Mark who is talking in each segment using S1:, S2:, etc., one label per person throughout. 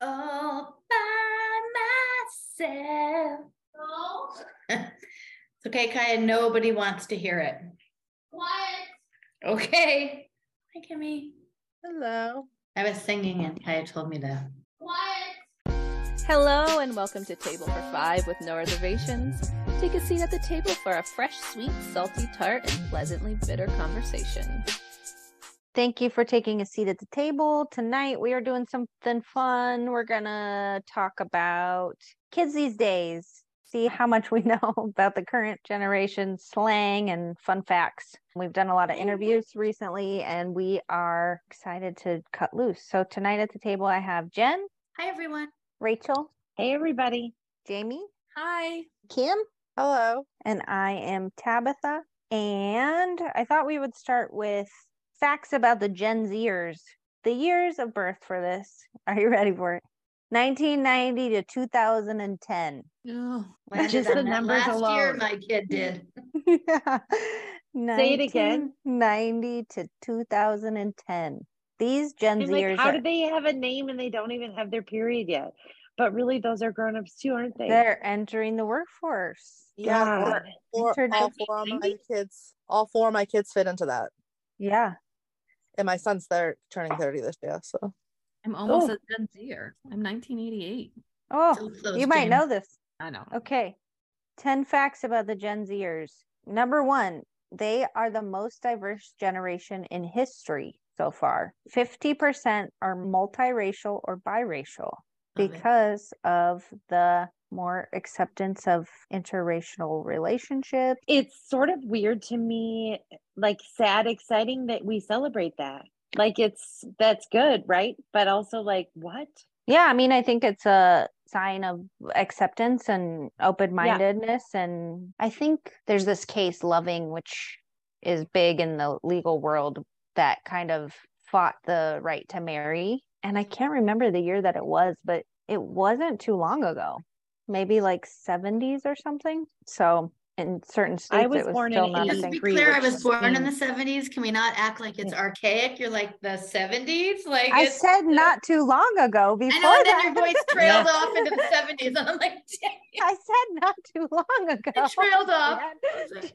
S1: all by myself.
S2: No.
S1: It's okay, Kaya. Nobody wants to hear it.
S2: Quiet.
S1: Okay. Hi, Kimmy.
S3: Hello.
S1: I was singing and Kaya told me to.
S2: Quiet.
S3: Hello, and welcome to Table for Five with No Reservations. Take a seat at the table for a fresh, sweet, salty, tart, and pleasantly bitter conversation.
S4: Thank you for taking a seat at the table. Tonight we are doing something fun. We're gonna talk about kids these days. See how much we know about the current generation slang and fun facts. We've done a lot of interviews recently and we are excited to cut loose. So tonight at the table I have Jen,
S1: Hi, everyone.
S4: Rachel,
S5: Hey, everybody.
S4: Jamie,
S3: Hi.
S4: Kim,
S5: Hello.
S4: and I am Tabitha. And I thought we would start with facts about the Gen Zers. The years of birth for this. Are you ready for it? 1990 to 2010.
S1: Landed
S5: Just
S1: on
S5: the
S1: that
S5: numbers
S1: last year,
S5: alone.
S1: my kid did.
S4: Say
S5: it again.
S4: 90 to 2010. These Gen
S5: I'm
S4: Zers.
S5: like, how
S4: are-
S5: do they have a name and they don't even have their period yet? But really, those are grown ups too, aren't they?
S4: They're entering the workforce.
S6: Yeah,
S5: God.
S6: four,
S4: Turned
S6: all four of my
S4: 1990?
S6: kids, all four of my kids fit into that.
S4: Yeah.
S6: And my son's there turning 30 this year. So
S7: I'm almost
S5: Oh.
S7: a Gen Zer. I'm 1988.
S4: Oh,
S1: So close,
S4: you might
S1: Jen.
S4: know this.
S7: I know.
S4: Okay. 10 facts about the Gen Zers. Number one, they are the most diverse generation in history so far. 50% are multiracial or biracial
S1: Love it.
S4: because of the more acceptance of interracial relationships.
S5: It's sort of weird to me, like sad, exciting that we celebrate that. Like, it's that's good, right? But also, like, what?
S4: Yeah, I mean, I think it's a sign of acceptance and open mindedness. And I think there's this case, Loving, which is big in the legal world that kind of fought the right to marry. And I can't remember the year that it was, but it wasn't too long ago, maybe like 70s or something. So in certain states,
S5: was
S4: it was
S5: born in
S4: still not a
S1: Just to
S4: thing.
S1: be
S5: 83,
S1: clear, I
S5: which
S1: was
S5: is-
S1: born in
S4: Mm.
S1: the 70s. Can we not act like it's archaic? You're like the 70s? Like
S4: I
S1: it's-
S4: said not too long ago before
S1: I know, and
S4: that.
S1: then your voice trailed off into the 70s. And I'm like, "Dang it."
S4: I said not too long ago.
S1: it trailed off.
S4: Jen.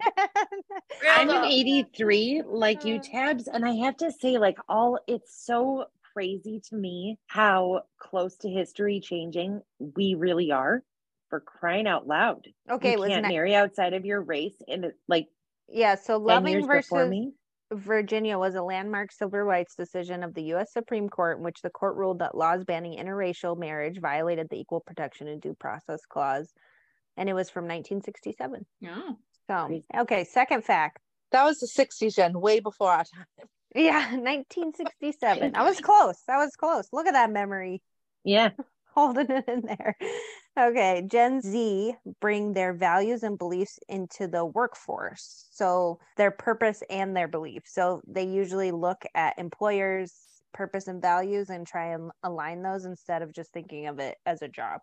S5: I'm
S1: Trailed
S5: an
S1: off.
S5: 83, like you
S4: Uh.
S5: tabs, and I have to say, like, all it's so crazy to me how close to history changing we really are for crying out loud.
S4: Okay, it
S5: you
S4: was
S5: can't
S4: ni-
S5: marry outside of your race and it, like
S4: yeah. So
S5: 10 years
S4: Loving
S5: before
S4: versus
S5: me.
S4: Virginia was a landmark civil rights decision of the U.S. Supreme Court, in which the court ruled that laws banning interracial marriage violated the Equal Protection and Due Process Clause, and it was from 1967.
S7: No.
S4: So,
S5: Crazy.
S4: okay, second fact.
S6: that was the 60s gen, way before our time.
S4: Yeah, 1967. I was close. I was close. Look at that memory.
S5: Yeah.
S4: holding it in there. Okay, Gen Z bring their values and beliefs into the workforce. So their purpose and their beliefs. So they usually look at employers' purpose and values and try and align those instead of just thinking of it as a job.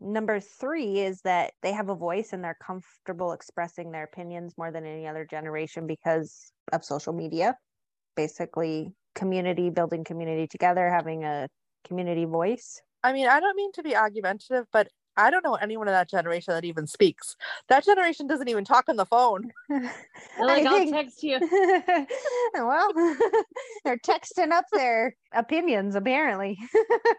S4: Number three is that they have a voice and they're comfortable expressing their opinions more than any other generation because of social media. Basically, community, building community together, having a community voice.
S6: I mean, I don't mean to be argumentative, but I don't know anyone in that generation that even speaks. That generation doesn't even talk on the phone.
S5: Well, like,
S4: I
S5: I'll
S4: think-
S5: text you.
S4: well, they're texting up their opinions, apparently,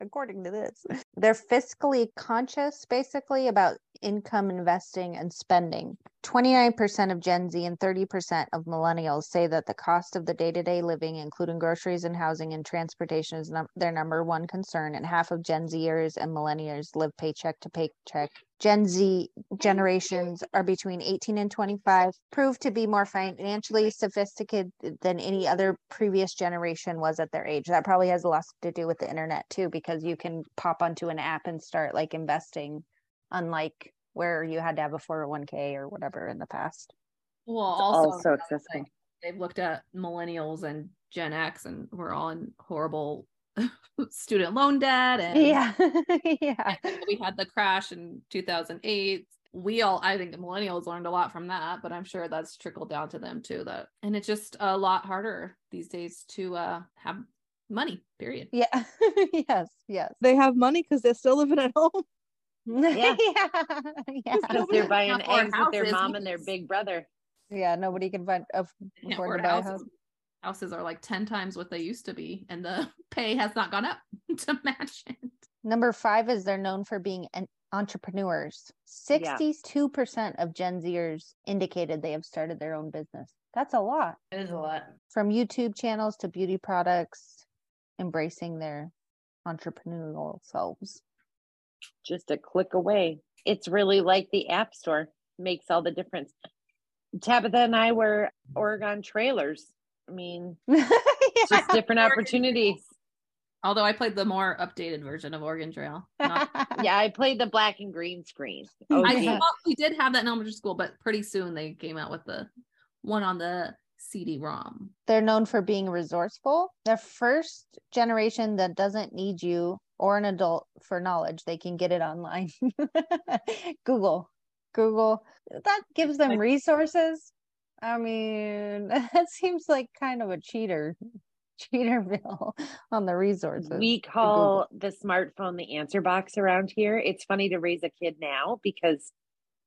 S4: according to this. They're fiscally conscious, basically, about income investing and spending. 29% of Gen Z and 30% of millennials say that the cost of the day to day living, including groceries and housing and transportation, is num- their number one concern. And half of Gen Zers and millennials live paycheck to paycheck. Gen Z generations are between 18 and 25 proved to be more financially sophisticated than any other previous generation was at their age that probably has a lot to do with the internet too because you can pop onto an app and start like investing unlike where you had to have a 401k or whatever in the past
S7: Well,
S5: all
S7: also,
S5: Oh, so
S7: another
S5: accessible.
S7: thing, they've looked at millennials and Gen X, and we're all in horrible student loan debt. And
S4: yeah yeah
S7: we had the crash in 2008. We all, I think the millennials learned a lot from that, but I'm sure that's trickled down to them too. That, and it's just a lot harder these days to uh, have money, period.
S4: Yeah. yes. Yes.
S8: They have money because they're still living at home.
S4: Yeah. yeah.
S5: Because they're
S7: Nobody
S5: buying
S7: can afford
S5: eggs with their
S7: houses
S5: mom and their
S7: because-
S5: big brother.
S4: Yeah. Nobody can find a
S7: They can't
S4: afford to
S7: afford
S4: buy a house.
S7: houses. Houses are like 10 times what they used to be, and the pay has not gone up to match it.
S4: Number five is they're known for being an entrepreneurs.
S5: Yeah.
S4: Sixty-two percent of Gen Zers indicated they have started their own business. That's a lot.
S1: It is a lot.
S4: From YouTube channels to beauty products, embracing their entrepreneurial selves.
S5: just a click away. It's really like the App Store makes all the difference. Tabitha and I were Oregon trailers. I mean, just
S7: Oregon
S5: different opportunities.
S7: Although I played the more updated version of Oregon Trail. Not-
S5: Yeah, I played the black and green screen. Oh,
S7: I
S5: gee.
S7: well, we did have that in elementary school, but pretty soon they came out with the one on the CD-ROM.
S4: They're known for being resourceful. The first generation that doesn't need you or an adult for knowledge, they can get it online. Google, Google, that gives them resources. I mean, that seems like kind of a cheater, cheater bill on the resources.
S5: We
S4: to Google.
S5: call the smartphone the answer box around here. It's funny to raise a kid now because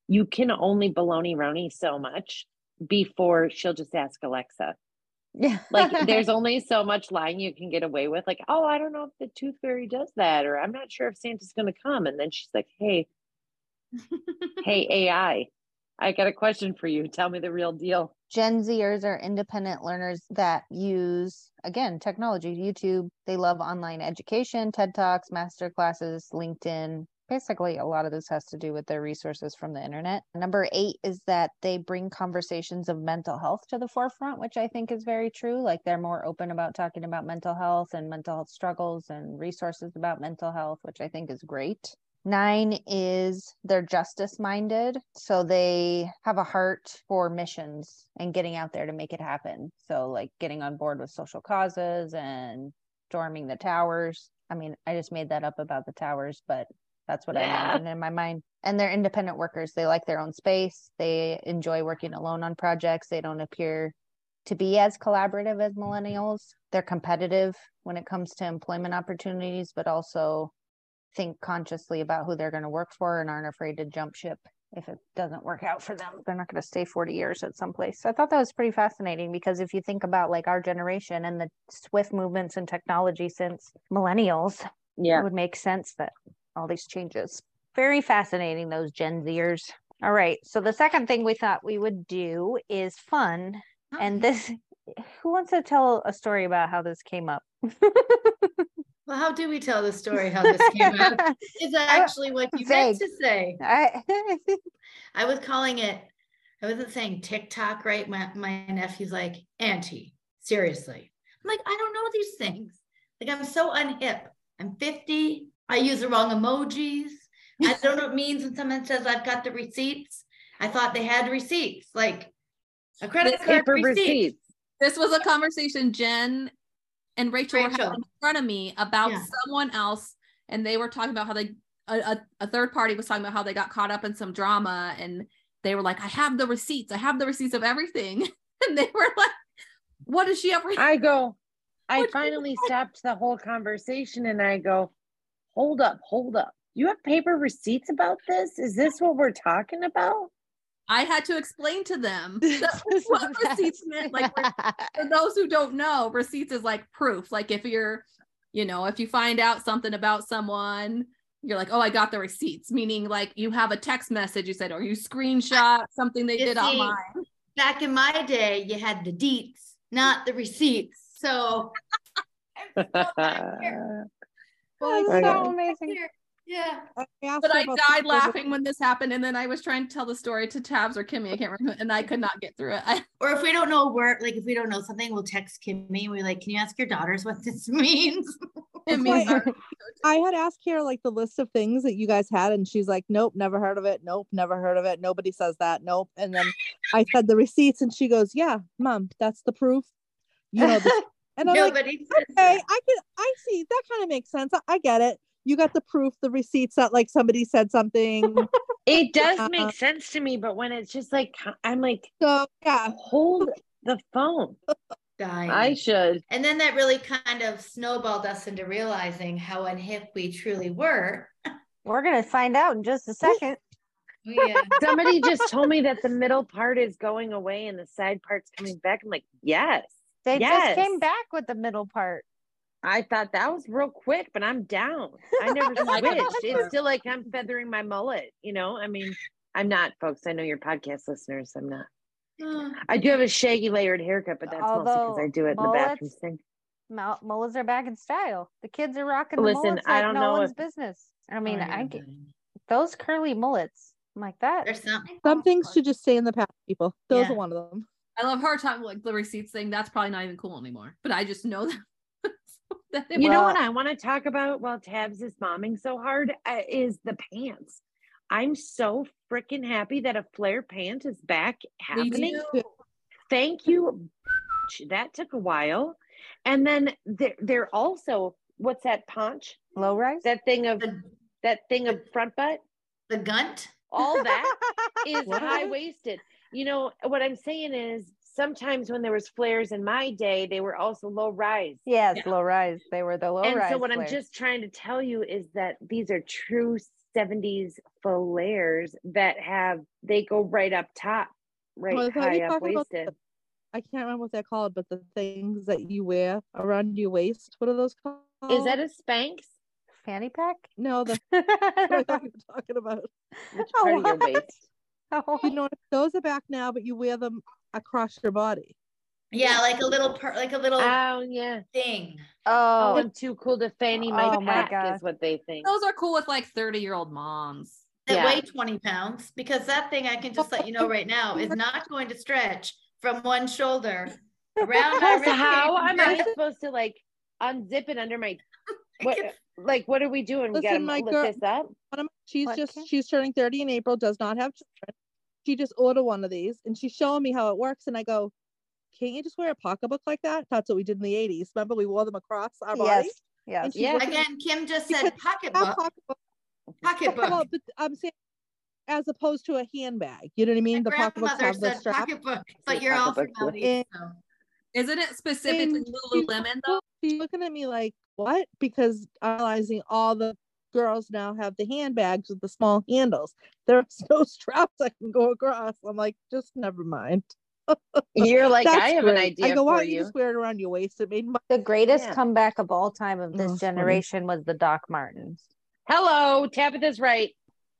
S5: you can only baloney rony so much before she'll just ask Alexa.
S4: yeah,
S5: like there's only so much lying you can get away with like oh i don't know if the tooth fairy does that or i'm not sure if santa's going to come and then she's like hey hey ai i got a question for you tell me the real deal
S4: Gen Zers are independent learners that use, again, technology, YouTube. They love online education, TED Talks, master classes, LinkedIn. Basically, a lot of this has to do with their resources from the internet. Number eight is that they bring conversations of mental health to the forefront, which I think is very true. Like they're more open about talking about mental health and mental health struggles and resources about mental health, which I think is great. Nine is they're justice minded. So they have a heart for missions and getting out there to make it happen. So, like getting on board with social causes and storming the towers. I mean, I just made that up about the towers, but that's what I
S5: Yeah.
S4: imagined in my mind. And they're independent workers. They like their own space. They enjoy working alone on projects. They don't appear to be as collaborative as millennials. They're competitive when it comes to employment opportunities, but also think consciously about who they're going to work for and aren't afraid to jump ship if it doesn't work out for them. They're not going to stay 40 years at some place. So I thought that was pretty fascinating because if you think about like our generation and the swift movements in technology since millennials, it
S5: yeah
S4: would make sense that all these changes. Very fascinating, those Gen Zers. All right. So the second thing we thought we would do is fun.
S1: Mm.
S4: And this, who wants to tell a story about how this came up?
S1: Well, how do we tell the story? How this came up is actually what you meant to say.
S4: I,
S1: I was calling it, I wasn't saying TikTok, right? My, my nephew's like, Auntie, seriously. I'm like, I don't know these things. Like, I'm so unhip. I'm 50. I use the wrong emojis. I don't know what it means when someone says I've got the receipts. I thought they had receipts, like a credit card
S5: paper
S1: receipt.
S5: receipts
S7: This was a conversation Jen and Rachel, were
S1: Rachel.
S7: having in front of me about
S1: Yeah. someone
S7: someone else, and they were talking about how they a, a, a third party was talking about how they got caught up in some drama, and they were like, "I have the receipts. I have the receipts of everything," and they were like, "What does she ever?"
S5: i go i
S7: What-
S5: finally stopped the whole conversation and i go hold up hold up you have paper receipts about this is this what we're talking about
S7: I had to explain to them that what receipts meant. Like for- for those who don't know, receipts is like proof. Like if you're, you know, if you find out something about someone, you're like, oh, I got the receipts, meaning like you have a text message you said, or you screenshot something they
S1: You
S7: did
S1: see,
S7: online.
S1: Back in my day, you had the deets, not the receipts. So,
S4: Well,
S8: Okay.
S4: it's so amazing.
S1: yeah.
S7: But I died laughing when this happened. And then I was trying to tell the story to Tabs or Kimmy. I can't remember. And I could not get through it. I,
S1: Or if we don't know a word, like if we don't know something, we'll text Kimmy and we're like, can you ask your daughters what this means?
S8: why-
S7: it means our-
S8: I had asked Kira like the list of things that you guys had, and she's like, "Nope, never heard of it. Nope, never heard of it. Nobody says that. Nope." And then I said the receipts, and she goes, "Yeah, mom, that's the proof." You know, the- and I'm like,
S1: Nobody says
S8: "Okay,
S1: that.
S8: I can, I see. That kind of makes sense. I, I get it. You got the proof, the receipts that like somebody said something.
S5: It
S8: Yeah.
S5: does make sense to me, but when it's just like co- I'm like,
S8: so yeah,
S5: hold the phone.
S1: dying.
S5: I should.
S1: and then that really kind of snowballed us into realizing how unhip we truly were.
S4: We're gonna find out in just a second.
S1: We, uh,
S5: Somebody just told me that the middle part is going away and the side part's coming back. I'm like, yes.
S4: They just
S5: Yes.
S4: came back with the middle part.
S5: I thought that was real quick, but I'm down. I never switched. It's still like I'm feathering my mullet, you know? I mean, I'm not, folks. I know you're podcast listeners. I'm not. I do have a shaggy layered haircut, but that's mostly
S4: Although
S5: because I do it in the
S4: mullets-
S5: bathroom sink.
S4: Mul- Mullets are back in style. The kids are rocking
S5: Listen,
S4: the mullets
S5: I
S4: like
S5: don't
S4: no
S5: know
S4: one's
S5: if-
S4: business. I mean,
S1: oh my
S4: I
S1: God.
S4: get those curly mullets. I'm like that.
S1: There's something.
S8: Some things should just stay in the past, people. Those
S1: Yeah.
S8: are one of them.
S7: I love her time like the receipts thing. That's probably not even cool anymore. But I just know that. that it
S5: You know
S7: was-
S5: what I want to talk about while Tabs is momming so hard uh, is the pants. I'm so freaking happy that a flare pant is back
S7: We
S5: happening.
S7: do.
S5: Thank you. bitch. That took a while. And then they're, they're also, what's that punch?
S4: Low rise.
S5: That thing of,
S1: The,
S5: that thing of front butt?
S1: the gunt.
S5: All that is high waisted. You know, what I'm saying is sometimes when there was flares in my day, they were also low rise.
S4: Yes,
S7: Yeah.
S4: low rise. They were the low
S5: and
S4: rise.
S5: so what i'm
S4: flares.
S5: just trying to tell you is that these are true 70s flares that have they go right up top right
S8: Well, I thought we
S5: high up
S8: talked about the-
S5: waisted
S8: I can't remember what they're called, but the things that you wear around your waist. What are those called?
S5: is that a spanx
S4: fanny pack.
S8: no? That's what I
S4: oh,
S8: thought you were talking about.
S5: which part of your
S4: what?
S5: waist
S8: You know, those are back now, but you wear them across your body.
S1: Yeah, like a little per, like a little
S8: Ah.
S5: oh yeah
S1: thing.
S5: oh
S4: oh,
S5: i'm too cool to fanny my
S4: Oh, my
S5: pack
S4: God.
S5: is what they think
S7: Those are cool with like 30 year old moms.
S1: that
S5: Yeah.
S1: weigh 20 pounds because that thing I can just let you know right now is not going to stretch from one shoulder around my
S5: Plus,
S1: rib
S5: how
S1: cage.
S5: am i supposed to like unzip it under my what like what are we doing we gotta
S8: Listen, my
S5: look
S8: girl-
S5: this up
S8: One of my, she's
S4: What
S8: just
S4: can-
S8: she's turning thirty in April. Does not have children. She just ordered one of these, and she's showing me how it works. And I go, "Can't you just wear a pocketbook like that? That's what we did in the '80s. Remember, we wore them across our body."
S4: yes, yes.
S8: And she's
S5: Yeah.
S8: looking at
S1: Again, Kim just
S8: Because
S1: said
S8: our
S1: pocketbook,
S8: pocketbook. Well,
S1: pocketbook.
S8: but I'm saying as opposed to a handbag. You know what I
S1: My
S8: mean? The pocketbooks
S1: grandmother
S8: have the
S1: said
S8: strap.
S1: pocketbook, but you're all from
S5: Pocketbook,
S1: out
S8: yeah.
S1: east, so.
S7: Isn't it specifically
S8: And she's
S7: Lululemon though?
S8: She's looking at me like, what? Because I'm realizing all the girls now have the handbags with the small handles. There's no straps that can go across. I'm like, just never mind.
S5: you're like
S8: That's
S5: i have an
S8: great.
S5: idea
S8: I go, why
S5: for
S8: don't you
S5: you
S8: just wear it around your waist? It made my
S4: The greatest
S5: Yeah.
S4: comeback of all time of
S8: Oh,
S4: this
S8: funny.
S4: generation was the Doc Martens.
S5: Hello, Tabitha's right.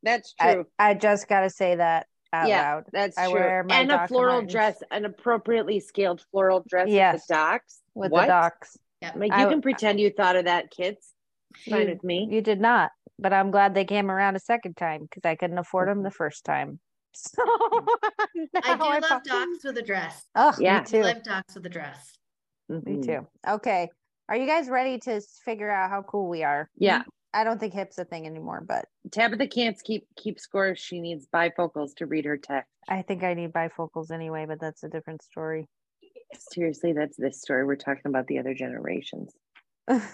S5: That's
S4: I,
S5: true.
S4: I just gotta say that out
S5: Yeah.
S4: loud.
S5: That's
S4: I
S5: true.
S4: wear my
S5: and a
S4: Dr.
S5: floral
S4: Martens.
S5: dress, an appropriately scaled floral dress with
S4: Yes.
S5: the docks.
S4: with
S5: what?
S4: the docs.
S5: I'm Like
S4: I-
S5: you can pretend you thought of that, kids. It's fine
S4: You-
S5: with me.
S4: You did not, but I'm glad they came around a second time because I couldn't afford them the first time. So
S1: I do
S4: now
S1: love
S4: probably-
S1: docs with a dress.
S4: Ugh,
S5: Yeah.
S4: me too.
S1: I love docs with a dress.
S4: Me
S5: Mhm.
S4: too. Okay. Are you guys ready to s- figure out how cool we are?
S5: Yeah.
S4: I don't think hip's a thing anymore, but
S5: Tabitha can't keep keep score. She needs bifocals to read her text.
S4: I think I need bifocals anyway, but that's a different story.
S5: Seriously, that's this story. We're talking about the other generations.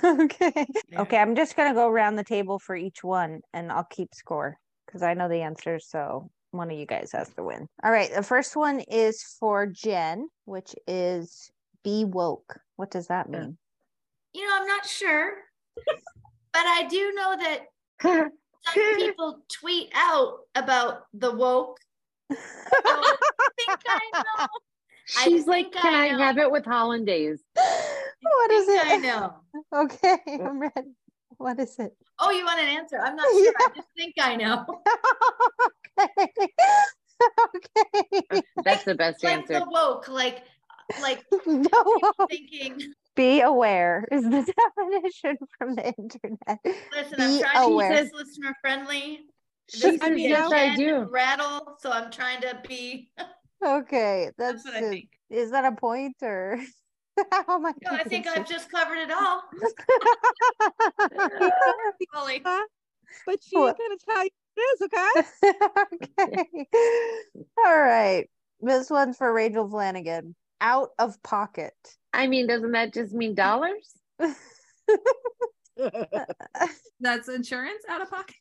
S4: okay.
S1: Yeah.
S4: Okay. I'm just going to go around the table for each one and I'll keep score because I know the answer. So one of you guys has to win. All right. The first one is for Jen, which is be woke. What does that
S5: Yeah.
S4: mean?
S1: You know, I'm not sure, but I do know that some people tweet out about the woke. So I think I know. I
S5: She's like,
S1: think I
S5: Can I, uh,
S1: know.
S5: have it with hollandaise?
S4: what
S1: I
S4: is
S1: think I
S4: it?
S1: know.
S4: Okay. I'm ready. What is it?
S1: Oh, you want an answer? I'm not sure. I just think I know.
S4: okay. okay.
S5: That's the best
S1: like
S5: answer.
S1: the woke, like like
S4: no.
S1: people thinking.
S4: Be aware is the definition from the internet.
S1: Listen, I'm
S4: Be
S1: trying
S4: aware.
S1: to be listener friendly.
S5: She
S1: This
S5: says,
S1: is
S5: Yes,
S1: a
S5: I
S1: Jen
S5: do.
S1: Rattle, so I'm trying to be.
S4: Okay,
S1: That's
S4: that's,
S1: what I
S4: it.
S1: think.
S4: Is that a point or how am I?
S1: No, I think I've
S4: confusing?
S1: just covered it all. Fully.
S8: but she
S4: Well-
S8: ain't gonna tell you what it is, okay?
S4: okay. All right. This one's for Rachel Flanagan. Out of pocket.
S5: I mean, doesn't that just mean dollars?
S7: That's insurance out of pocket.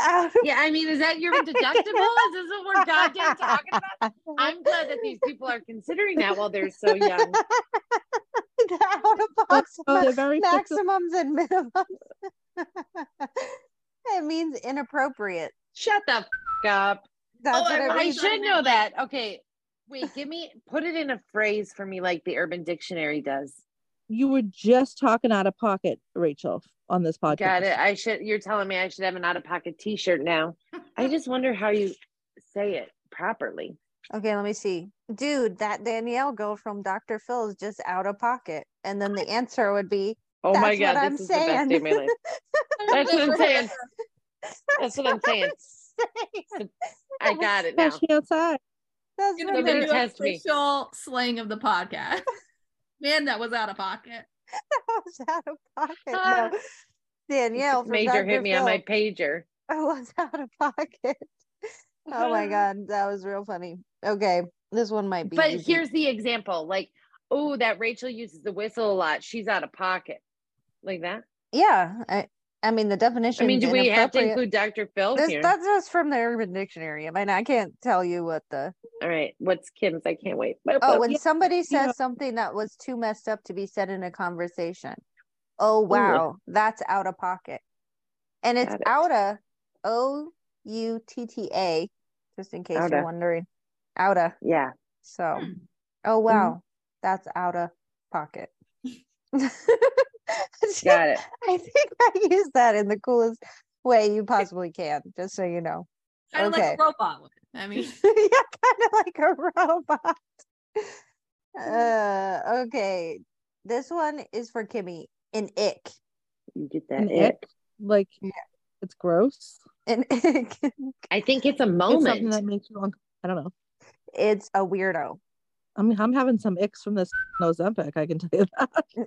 S4: Out of-
S5: Yeah, I mean, is that your deductible? Is this what we're goddamn talking about? I'm glad that these people are considering that while they're so young.
S4: out
S6: Oh,
S4: of box
S8: Oh, they're very fickle.
S4: maximums and minimums. it means inappropriate.
S5: Shut the f- up.
S4: That's
S1: Oh,
S4: what
S1: I
S4: it
S5: I
S1: Right.
S4: means.
S5: should know that. Okay. Wait, give me put it in a phrase for me like the Urban Dictionary does.
S8: You were just talking out of pocket, Rachel, on this podcast.
S5: Got it. I should you're telling me I should have an out of pocket t shirt now. I just wonder how you say it properly.
S4: Okay, let me see. Dude, that Danielle girl from Dr. Phil is just out of pocket. And then the answer would be
S5: Oh my
S4: That's what
S5: god, this
S4: I'm
S5: is the best day of my life. That's what I'm saying. That's what I'm saying. I got it now.
S8: Especially outside.
S4: That's
S7: It's
S4: what
S7: gonna
S4: it
S7: be the
S5: Somebody
S4: is.
S7: new
S5: test me.
S7: official slang of the podcast. Man, that was out of pocket.
S4: That was out of pocket.
S5: Ah.
S4: No. Danielle from
S5: Major
S4: Dr.
S5: hit me
S4: Phil
S5: on my pager.
S4: was out of pocket. Oh
S5: Ah.
S4: my god, that was real funny. Okay, this one might be.
S5: But
S4: easy.
S5: here's the example. Like, oh, that Rachel uses the whistle a lot. She's out of pocket. Like that.
S4: yeah, I, I mean the definition.
S5: I mean, do we have to include Dr. Phil
S4: This,
S5: here?
S4: that's just from the Urban Dictionary. I mean, I can't tell you what the.
S5: All right. What's Kim's? I can't wait.
S4: Oh, when
S8: Yeah,
S4: somebody says
S8: know-
S4: something that was too messed up to be said in a conversation, oh
S5: Ooh.
S4: wow, that's out of pocket, and it's
S5: Got it.
S4: outa, o u t t a, just in case
S5: Outa.
S4: you're wondering, outa.
S5: yeah.
S4: So,
S1: Hmm.
S4: oh wow,
S5: Mm-hmm.
S4: that's out of pocket.
S5: Got it.
S4: I think I used that in the coolest way you possibly can, just so you know.
S7: Kind of
S4: Okay.
S7: like a robot would. I mean,
S4: yeah, kind of like a robot. Uh, okay, this one is for Kimmy. An ick.
S5: You get that.
S8: An
S5: It.
S8: ick. Like,
S4: Yeah.
S8: it's gross.
S4: An ick.
S5: I think it's a
S8: It's something
S5: moment.
S8: that makes you uncomfortable. I don't know.
S4: It's a weirdo.
S8: I'm I'm having some icks from this Ozempic. I can tell you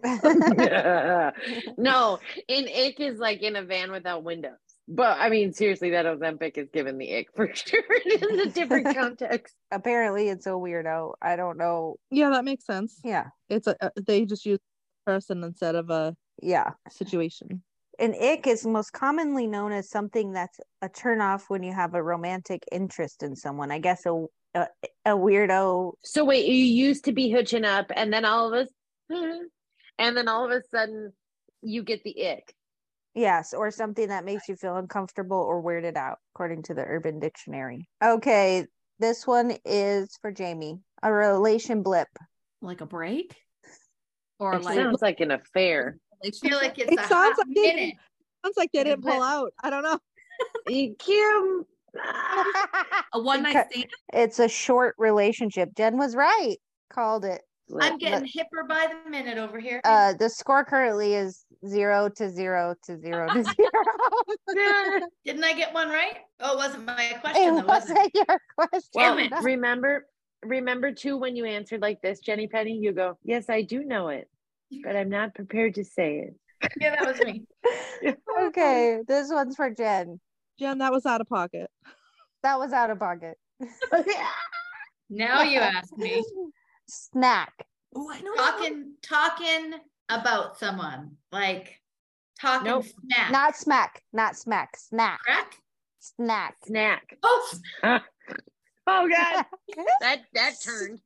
S8: that.
S5: no, an ick is like in a van without windows. But I mean, seriously, that Ozempic is given the ick for sure in a different context.
S4: Apparently, it's a weirdo. I don't know.
S8: Yeah, that makes sense.
S4: Yeah,
S8: It's a, a they just use person instead of a
S4: yeah.
S8: situation.
S4: An ick is most commonly known as something that's a turnoff when you have a romantic interest in someone. I guess a a, a weirdo.
S5: So wait, you used to be hitching up, and then all of us, and then all of a sudden, you get the ick.
S4: Yes, or something that makes you feel uncomfortable or weirded out, according to the Urban Dictionary. Okay, this one is for Jamie. A relation blip.
S7: like a break, or
S5: It
S7: like
S5: sounds like an affair.
S1: I feel like it's
S8: It
S1: a
S8: sounds
S1: hot
S8: like it.
S1: minute.
S8: Sounds like they
S1: Like a
S8: didn't pull
S1: blip.
S8: out. I don't know.
S5: You- Kim, ah,
S7: a one night
S4: Because-
S7: stand.
S4: it's a short relationship. Jen was right. Called it.
S1: I'm
S5: look,
S1: getting hipper by the minute over here.
S4: Uh, the score currently is zero to zero to zero to zero.
S1: Didn't I get one right? Oh, it wasn't my question. though,
S4: it
S1: was it?
S4: wasn't your question.
S1: Damn
S5: well,
S1: it.
S5: remember, remember too when you answered like this, Jenny Penny. You go, yes, I do know it, but I'm not prepared to say it.
S1: Yeah, that was me.
S4: okay, this one's for Jen.
S8: Jen, that was out of pocket.
S4: That was out of pocket.
S1: Now Oh, you ask me.
S4: Snack.
S7: Oh, I know. that one.
S1: Talking, talking about someone like talking
S5: Nope.
S1: snack.
S4: Not smack. Not smack. Snack.
S1: crack.
S4: Snack.
S5: Snack.
S1: Oh,
S5: Oh God, that that turned.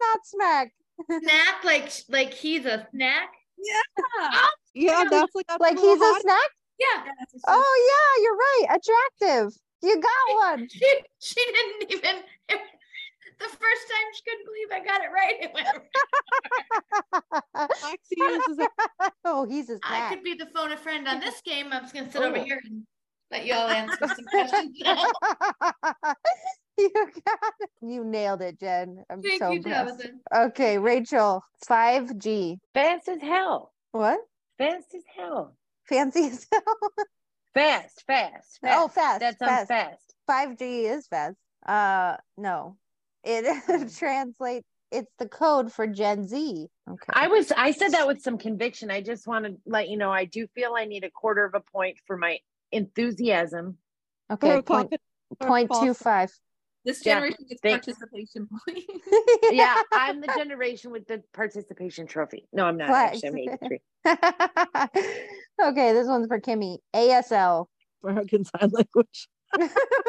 S4: Not smack.
S1: snack like like he's a snack.
S8: Yeah,
S1: Yeah,
S8: that's like up
S4: Like
S8: to a
S4: he's a
S8: hot-
S4: snack.
S1: Yeah,
S4: Oh yeah, you're right. Attractive. You got one.
S1: she, she didn't even. the first time she couldn't believe I got it right. It went. right.
S8: Foxy uses a-
S4: oh, he's a
S1: I
S4: snack.
S1: could be the phone a friend on this game. I'm just gonna sit over
S5: Ooh.
S1: here and let y'all answer some questions.
S4: you got it. You nailed it, Jen. I'm
S1: Thank
S4: so
S1: you,
S4: impressed.
S1: Jonathan.
S4: Okay, Rachel. Five G.
S5: Fast as hell.
S4: What?
S5: Fast as hell.
S4: Fancy as hell.
S5: Fast, fast, fast.
S4: Oh, fast.
S5: That sounds
S4: fast.
S5: fast.
S4: 5G is fast. Uh, no, it translates. It's the code for Gen Z. Okay.
S5: I was I said that with some conviction. I just want to let you know I do feel I need a quarter of a point for my enthusiasm.
S8: for
S4: okay.
S8: a
S4: Point,
S8: pocket- for a
S4: point
S8: false-
S4: two five.
S7: This
S5: Yeah,
S7: generation gets
S5: thanks.
S7: participation points.
S5: Yeah, I'm the generation with the participation trophy. No, I'm not actually. I'm
S4: Flex.
S5: 83.
S4: okay, this one's for Kimmy. ASL.
S8: American Sign Language.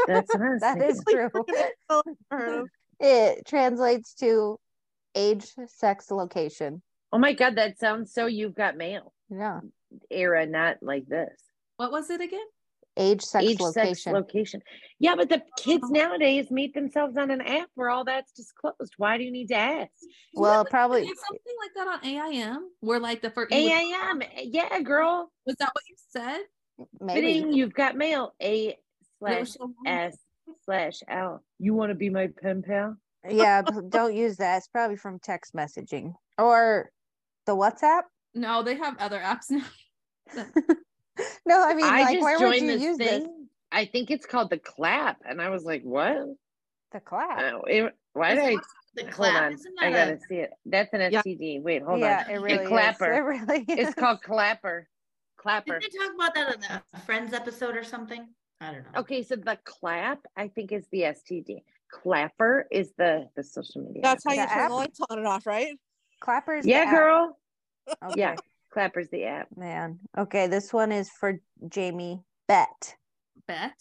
S5: That's what I was
S4: That
S5: thinking.
S4: is true.
S8: I've never heard of.
S4: It translates to age, sex, location.
S5: Oh my God, that sounds so you've got mail
S4: Yeah.
S5: era, not like this.
S7: What was it again?
S4: Age, sex,
S5: Age,
S4: location. Uh-huh.
S5: sex, location. Yeah, but the kids nowadays meet themselves on an app where all that's disclosed. Why do you need to ask?
S7: You
S4: Well,
S7: had,
S4: probably-
S7: you had something like that on AIM, where like the first
S5: AIM. Yeah, girl.
S7: was that what you said?
S4: Maybe.
S5: Fitting, you've got mail. A
S7: That
S5: slash
S7: was so long ago.
S5: S slash L. You want to be my pen pal?
S4: yeah, b- don't use that. It's probably from text messaging or the WhatsApp.
S7: No, they have other apps now.
S4: No, I mean,
S5: I
S4: like,
S5: just
S4: where would
S5: joined
S4: you
S5: this
S4: use
S5: thing.
S4: this?
S5: I think it's called the clap. And I was like, what?
S4: The clap.
S5: Oh, it, why did
S1: It's
S5: I?
S1: not The
S5: Hold
S1: clap.
S5: on.
S1: Isn't
S5: I
S1: that
S5: got
S1: a-
S5: to see it. That's an
S8: Yeah.
S5: STD. Wait, hold
S4: yeah,
S5: on.
S4: it really is.
S5: clapper.
S4: It really is.
S5: It's called clapper. Clapper.
S1: didn't they talk about that on the Friends episode or something? I don't know.
S5: Okay, so the clap, I think, is the STD. Clapper is the the social media.
S8: That's how
S5: app.
S8: you
S4: The
S8: turn
S4: app?
S8: the lights on and off, right?
S4: Clappers. the
S5: Yeah,
S4: app.
S5: girl.
S4: Okay.
S5: Yeah. Clapper's the app.
S4: Man. Okay, this one is for Jamie. Bet.
S7: Bet.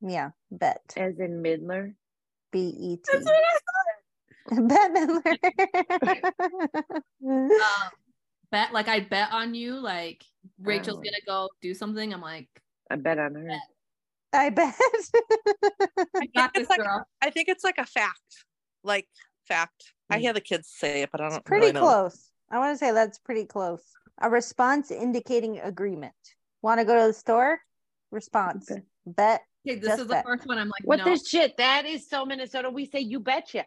S4: Yeah, bet.
S5: As in Midler.
S4: B E T. Bet Midler.
S7: Um, bet like I bet on you. Like Rachel's
S5: Oh.
S7: gonna go do something. I'm like,
S5: I bet on her.
S4: I bet.
S7: I got this
S6: it's like-
S7: girl.
S6: I think it's like a fact, like fact. I
S8: Hmm.
S5: Mm.
S6: hear the kids say it, but I don't.
S4: pretty
S6: really know.
S4: close. I want to say that's pretty close. A response indicating agreement. Want to go to the store? Response.
S5: Bet.
S4: Bet.
S7: Okay, this
S4: Just
S7: is
S4: bet.
S7: the first one. I'm like,
S5: What
S7: no.
S5: the shit? That is so Minnesota. We say you betcha.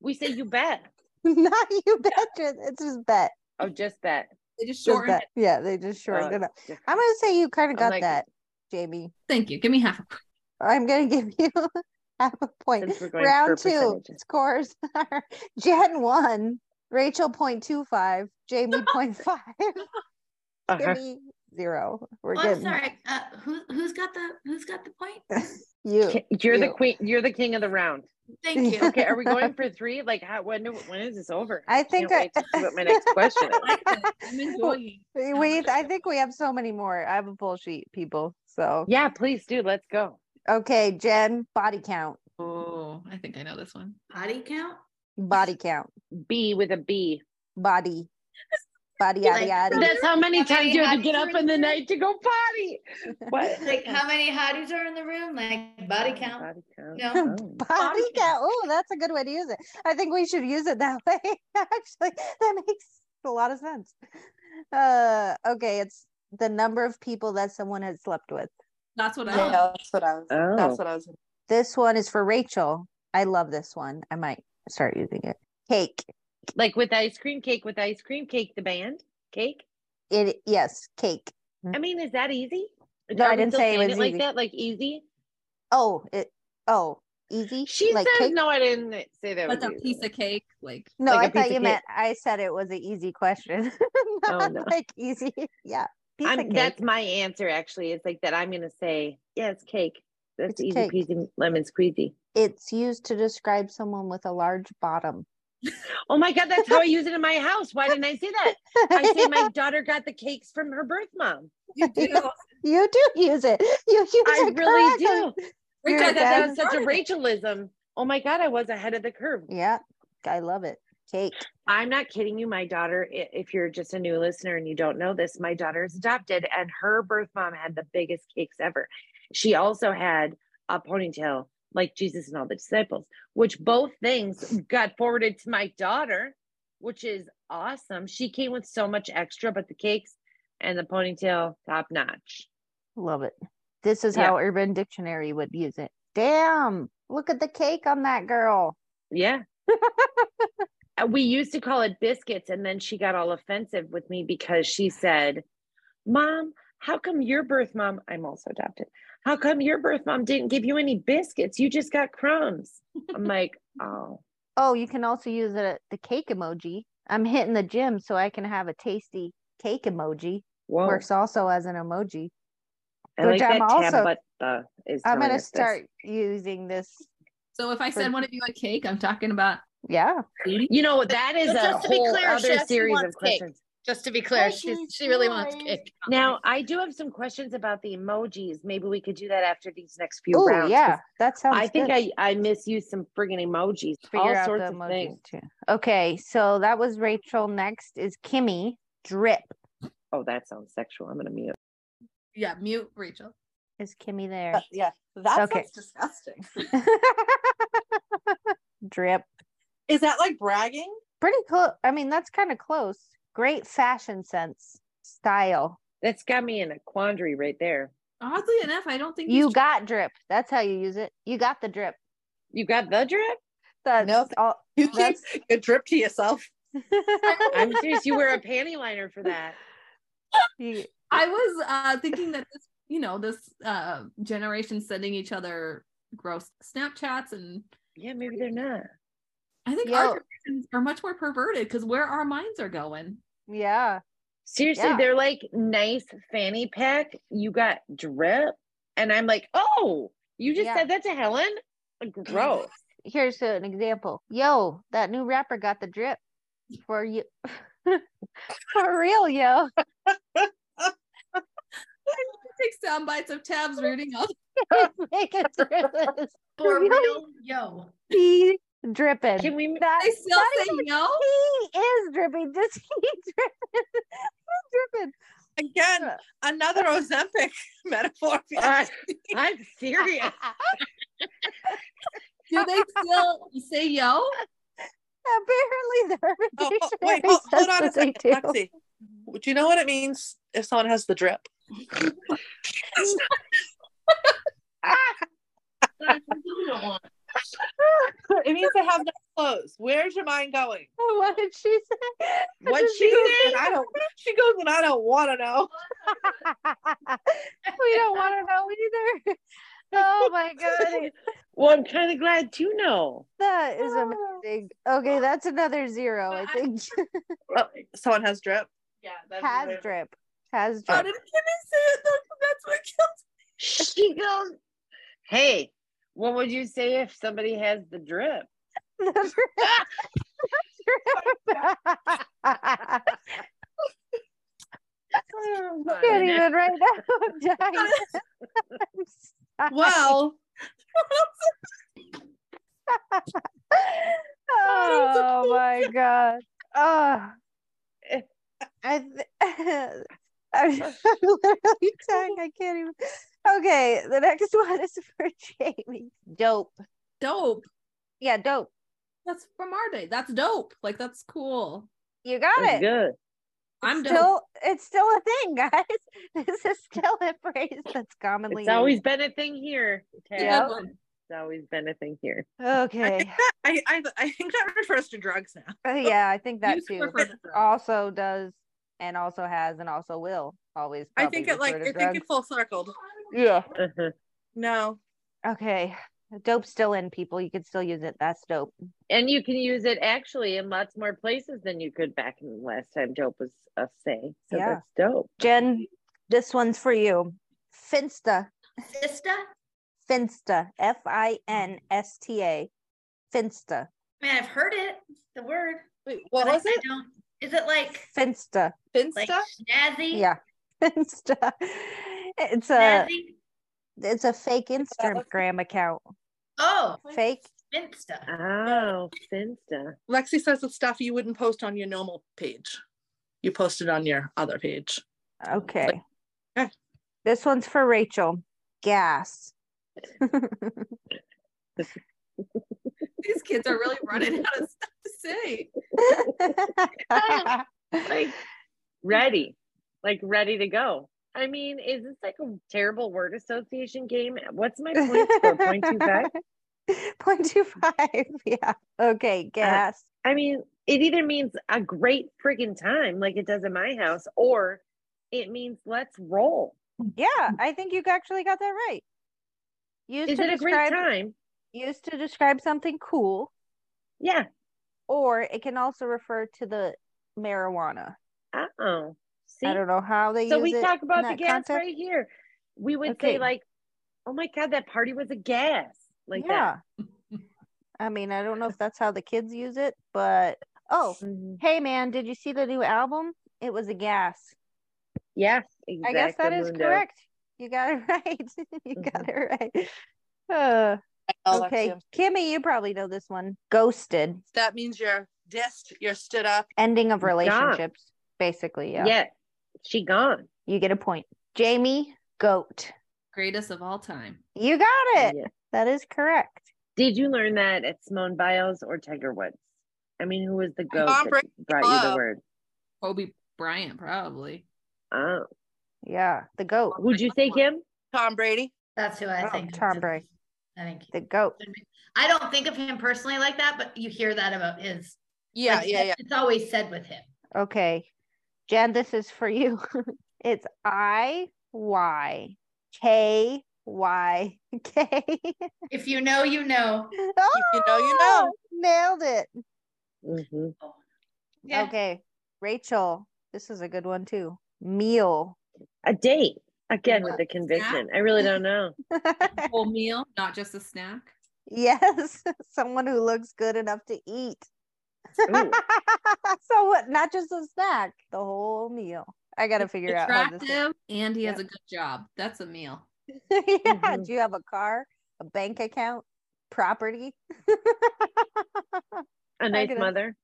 S5: We say you bet.
S4: Not you betcha. It's just bet.
S5: Oh, just bet.
S7: they just
S4: Just
S7: shortened
S4: bet.
S7: it.
S4: Yeah, they just shortened
S5: Uh,
S4: it up.
S5: just-
S4: I'm gonna say you kind
S5: I'm
S4: of got
S5: like-
S4: that, Jamie.
S7: Thank you. Give me half. a point.
S4: I'm gonna give you half a point.
S5: Since we're going
S4: Round
S5: for
S4: two
S5: percentages.
S4: scores are Jen one, Rachel point two five, Jamie point five,
S5: Uh-huh.
S4: Kimmy zero. We're
S1: Oh, I'm
S4: getting
S1: sorry. Uh, who who's got the who's got the point?
S4: you.
S5: Ki- You're the
S4: you.
S5: queen. You're the king of the round.
S1: Thank you.
S4: Yeah.
S5: Okay, are we going for three? Like, how, when do- when is this over?
S4: I think
S5: Can't wait
S4: I-
S5: to see what my next question is.
S7: I like it. I'm enjoying.
S4: We,
S7: how
S4: we-
S7: much
S4: I
S7: I-
S4: think we have so many more. I have a full sheet, people. So
S5: Yeah, please do. Let's go.
S4: okay, Jen, body count,
S7: Oh, I think I know this one.
S1: Body count?
S4: body count,
S5: B with a B.
S4: body, body, yada
S1: Like-
S4: yada.
S5: That's how many
S1: How
S5: times
S1: many
S5: you have to
S1: hotties
S5: get
S1: are
S5: up
S1: in
S5: in the
S1: there?
S5: night to go potty. What?
S1: Like how many hotties are in the room? Like body
S5: Oh,
S1: count?
S5: Body count.
S1: No.
S5: Oh.
S4: Body
S7: count.
S4: count. Oh, that's a good way to use it. I think we should use it that way. Actually, that makes a lot of sense. Uh, okay, it's the number of people that someone has slept with.
S7: That's what I.
S6: Yeah, that's what I was.
S5: Oh.
S6: That's what I was.
S4: This one is for Rachel. I love this one. I might start using it. Cake.
S5: Like with ice cream cake with ice cream cake, the band cake.
S4: It yes, cake.
S5: I mean, is that easy?
S4: No, I
S5: we
S4: didn't
S5: still
S4: say it
S5: saying
S4: was
S5: like
S4: easy.
S5: that, like easy.
S4: Oh, it oh, easy.
S5: She
S4: like
S5: says
S4: cake?
S5: no. I didn't say that.
S7: That's
S5: Was
S7: a
S5: easy.
S7: piece of cake. Like
S4: No,
S5: like a
S4: I thought
S5: piece
S4: you
S5: of Oh,
S4: meant I said it was an easy question. Not
S5: no.
S4: like easy. Yeah. Piece
S5: I'm,
S4: of cake.
S5: That's my answer. Actually, it's like that. I'm gonna say yeah, it's cake.
S4: It's
S5: That's easy
S4: cake.
S5: peasy lemon squeezy.
S4: It's used to describe someone with a large bottom.
S5: Oh my god, that's how I use it in my house. Why didn't I say that? I say my daughter got the cakes from her birth mom.
S7: you do.
S4: you do use it. You use
S5: I
S4: it
S5: really
S4: correctly.
S5: do.
S4: You're
S5: I thought that was
S4: exactly
S5: such a
S7: right.
S5: Rachelism. Oh my god, I was ahead of the curve.
S4: Yeah. I love it. Cake.
S5: I'm not kidding you. My daughter, i- if you're just a new listener and you don't know this, my daughter is adopted and her birth mom had the biggest cakes ever. She also had a ponytail like Jesus and all the disciples, which both things got forwarded to my daughter, which is awesome. She came with so much extra, but the cakes and the ponytail, top notch.
S4: Love it. This is
S5: Yeah.
S4: how Urban Dictionary would use it. Damn. Look at the cake on that girl.
S5: Yeah. Uh, we used to call it biscuits, and then she got all offensive with me because she said, Mom, how come your birth mom, I'm also adopted, how come your birth mom didn't give you any biscuits? You just got crumbs. I'm like, Oh,
S4: Oh, you can also use the, the cake emoji. I'm hitting the gym so I can have a tasty cake emoji.
S5: whoa.
S4: Works also as an emoji.
S5: I like
S4: which
S5: that
S4: I'm also-
S5: tab, but uh, is
S4: I'm
S5: telling
S4: gonna
S5: us this.
S4: start using this.
S7: So if I
S4: For-
S7: said one of you like cake, I'm talking about
S4: Yeah.
S7: booty.
S5: You know, that is
S1: So
S5: a
S1: just to be
S5: whole
S1: clear,
S5: other
S1: Chef
S5: series
S1: wants
S5: of
S1: cake.
S5: questions.
S1: Just to be clear, she's, she really wants cake.
S5: Now, I do have some questions about the emojis. Maybe we could do that after these next few
S4: Oh
S5: rounds.
S4: yeah, that sounds.
S5: I think
S4: good.
S5: I, I misused some friggin' emojis.
S4: figure
S5: all
S4: out
S5: sorts
S4: the
S5: of
S4: emoji
S5: things.
S4: too. Okay, so that was Rachel. Next is Kimmy. Drip.
S5: Oh, that sounds sexual. I'm gonna mute.
S7: Yeah, mute Rachel.
S4: Is Kimmy there?
S6: But, yeah, that
S4: Okay.
S6: sounds disgusting.
S4: Drip.
S6: Is that like bragging?
S4: Pretty close. I mean, that's kind of close. Great fashion sense, style.
S5: That's got me in a quandary right there.
S7: Oddly enough, I don't think
S4: You
S7: these-
S4: got drip. That's how you use it. You got the drip.
S5: You got the drip?
S4: That's
S6: No,
S4: all.
S6: You keep
S4: That's-
S6: a drip to yourself.
S5: I'm serious. You wear a panty liner for that.
S4: You-
S7: I was uh, thinking that this, you know, this uh, generation sending each other gross Snapchats, and
S5: Yeah, maybe they're not.
S7: I think
S4: Yo.
S7: our generations are much more perverted because where our minds are going.
S4: yeah.
S5: Seriously,
S4: Yeah.
S5: they're like nice fanny pack. You got drip. And I'm like, oh, you just
S4: Yeah.
S5: said that to Helen? Gross.
S4: Here's an example. Yo, that new rapper got the drip for you. for real, yo.
S7: Take sound bites of tabs reading up.
S4: Make a drip. list.
S1: For
S4: Really?
S1: real, yo.
S4: He dripping.
S5: Can we
S4: That-
S7: I still
S4: not
S7: say
S4: even-
S7: no.
S4: He is dripping. Just he dripping. He's dripping.
S6: Again,
S4: Yeah.
S6: another Ozempic metaphor.
S5: I, I'm serious.
S7: Do they still say yo?
S4: Apparently, they're
S6: Oh, oh, wait, hold, hold on a second,
S4: They do.
S6: Lexi. Do you know what it means if someone has the drip? it means they have no clothes. Where's your mind going?
S4: What did she say?
S6: What
S4: Just
S6: she
S4: because
S6: goes, and I don't. She goes, and I don't want to know.
S4: we don't want to know either. Oh my god,
S5: Well, I'm kind of glad to know.
S4: that is amazing. Okay, that's another zero. I think
S6: Oh, someone has drip. Yeah,
S4: has drip. Has
S7: How
S6: Oh,
S4: drip.
S7: did Kimmy say it? That's, that's what kills.
S5: She goes, hey, what would you say if somebody has the drip?
S4: The drip. I Oh, can't even right now. I'm dying. I'm dying.
S6: Well,
S4: oh my god. Oh.
S6: Ah.
S4: I th- I'm literally dying. I can't even. Okay, the next one is for Jamie. Dope.
S7: Dope.
S4: Yeah, dope.
S7: That's from our day. That's dope. Like that's cool.
S4: You got
S5: That's
S4: it.
S5: good.
S7: I'm dope.
S4: Still, it's still a thing, guys. This is still a phrase that's commonly
S5: It's always been a thing here. Tab.
S7: Good
S4: Yeah.
S7: one.
S5: It's always been a thing here.
S4: used. Okay.
S6: I, I I think that refers to drugs now.
S4: Uh, yeah, I think that
S7: Used
S4: too.
S7: for- for-
S4: Also does, and also has, and also will always.
S6: I
S4: probably
S6: think it like
S4: refer
S6: I
S4: to
S6: think
S4: drugs.
S6: it full circled.
S4: yeah.
S5: Uh-huh.
S6: No,
S4: Okay. Dope's still in, people. You can still use it. That's dope.
S5: And you can use it actually in lots more places than you could back in the last time dope was a say. So
S4: Yeah.
S5: that's dope.
S4: Jen, this one's for you. Finsta.
S1: Sista?
S4: Finsta. F I N S T A. Finsta.
S1: Man, I've heard it, the word.
S6: wait, what
S1: but I-
S6: was
S1: I
S6: it?
S1: don't- Is it like,
S4: Finsta.
S1: like
S6: Finsta?
S1: snazzy?
S4: Yeah. Finsta. It's a
S1: Snazzy?
S4: it's a fake
S6: that-
S4: Instagram account.
S1: Oh,
S4: Fake.
S1: Finsta.
S5: Oh, Finsta.
S6: Lexi says it's stuff you wouldn't post on your normal page. You post it on your other page.
S4: Okay.
S6: Okay.
S4: This one's for Rachel. Gas.
S7: These kids are really running out of stuff to say.
S5: Like ready. Like ready to go. I mean, is this like a terrible word association game? What's my point score? Point two five?
S4: Point two five. Yeah. Okay. Gas.
S5: I mean, it either means a great friggin' time, like it does in my house, or it means let's roll.
S4: yeah, I think you actually got that right. Used
S5: Is
S4: to
S5: it a great
S4: describe
S5: time?
S4: used to describe something cool,
S5: Yeah.
S4: or it can also refer to the marijuana.
S5: Uh oh. See,
S4: I don't know how they
S5: so
S4: use
S5: we
S4: it
S5: talk
S4: in
S5: about the
S4: that
S5: gas
S4: context.
S5: right here. We would
S4: Okay.
S5: say like, "Oh my god, that party was a gas." Like
S4: yeah. I mean, I don't know if that's how the kids use it, but oh,
S5: that. Mhm.
S4: hey man, did you see the new album? It was a gas.
S5: Yeah,
S4: I guess that is
S5: exactamundo.
S4: correct. You got it right. you got
S5: Mm-hmm.
S4: it right. Uh,
S6: Oh, that's
S4: okay,
S6: you.
S4: Kimmy, you probably know this one. Ghosted,
S6: That means you're dissed. You're stood up.
S4: ending of
S5: Gone.
S4: relationships, basically. Yeah.
S5: Yeah. she gone.
S4: you get a point. Jamie, goat.
S7: Greatest of all time.
S4: You got it.
S5: Yeah.
S4: That is correct.
S5: Did you learn that at Simone Biles or Tiger Woods? I mean, who was the goat
S6: Tom
S5: that
S6: Brady
S5: brought you the
S6: up.
S5: word?
S7: Kobe Bryant, probably.
S5: Oh,
S4: Yeah, the goat.
S5: would you say Kim?
S6: Tom Brady.
S1: That's who I
S4: Oh,
S1: think.
S4: Tom Brady.
S1: I think.
S4: The goat.
S1: I don't think of him personally like that, but you hear that about his.
S6: Yeah,
S1: like,
S6: yeah, yeah.
S1: It's always said with him.
S4: Okay, Jen, this is for you. it's I Y K Y K.
S1: If you know, you know.
S6: you know, you
S4: Ah,
S6: know.
S4: Nailed it.
S5: Mm-hmm.
S1: Yeah.
S4: Okay. Rachel, this is a good one too. Meal.
S5: A date again with the conviction. I really don't know.
S7: Whole meal, not just a snack.
S4: yes. Someone who looks good enough to eat.
S5: Ooh.
S4: so what not just a snack, the whole meal. I gotta figure out how this is.
S7: Attractive, and he has
S4: Yeah.
S7: a good job. That's a meal.
S4: yeah.
S5: Mhm.
S4: Do you have a car? A bank account? Property?
S5: A nice
S4: gonna-
S5: mother.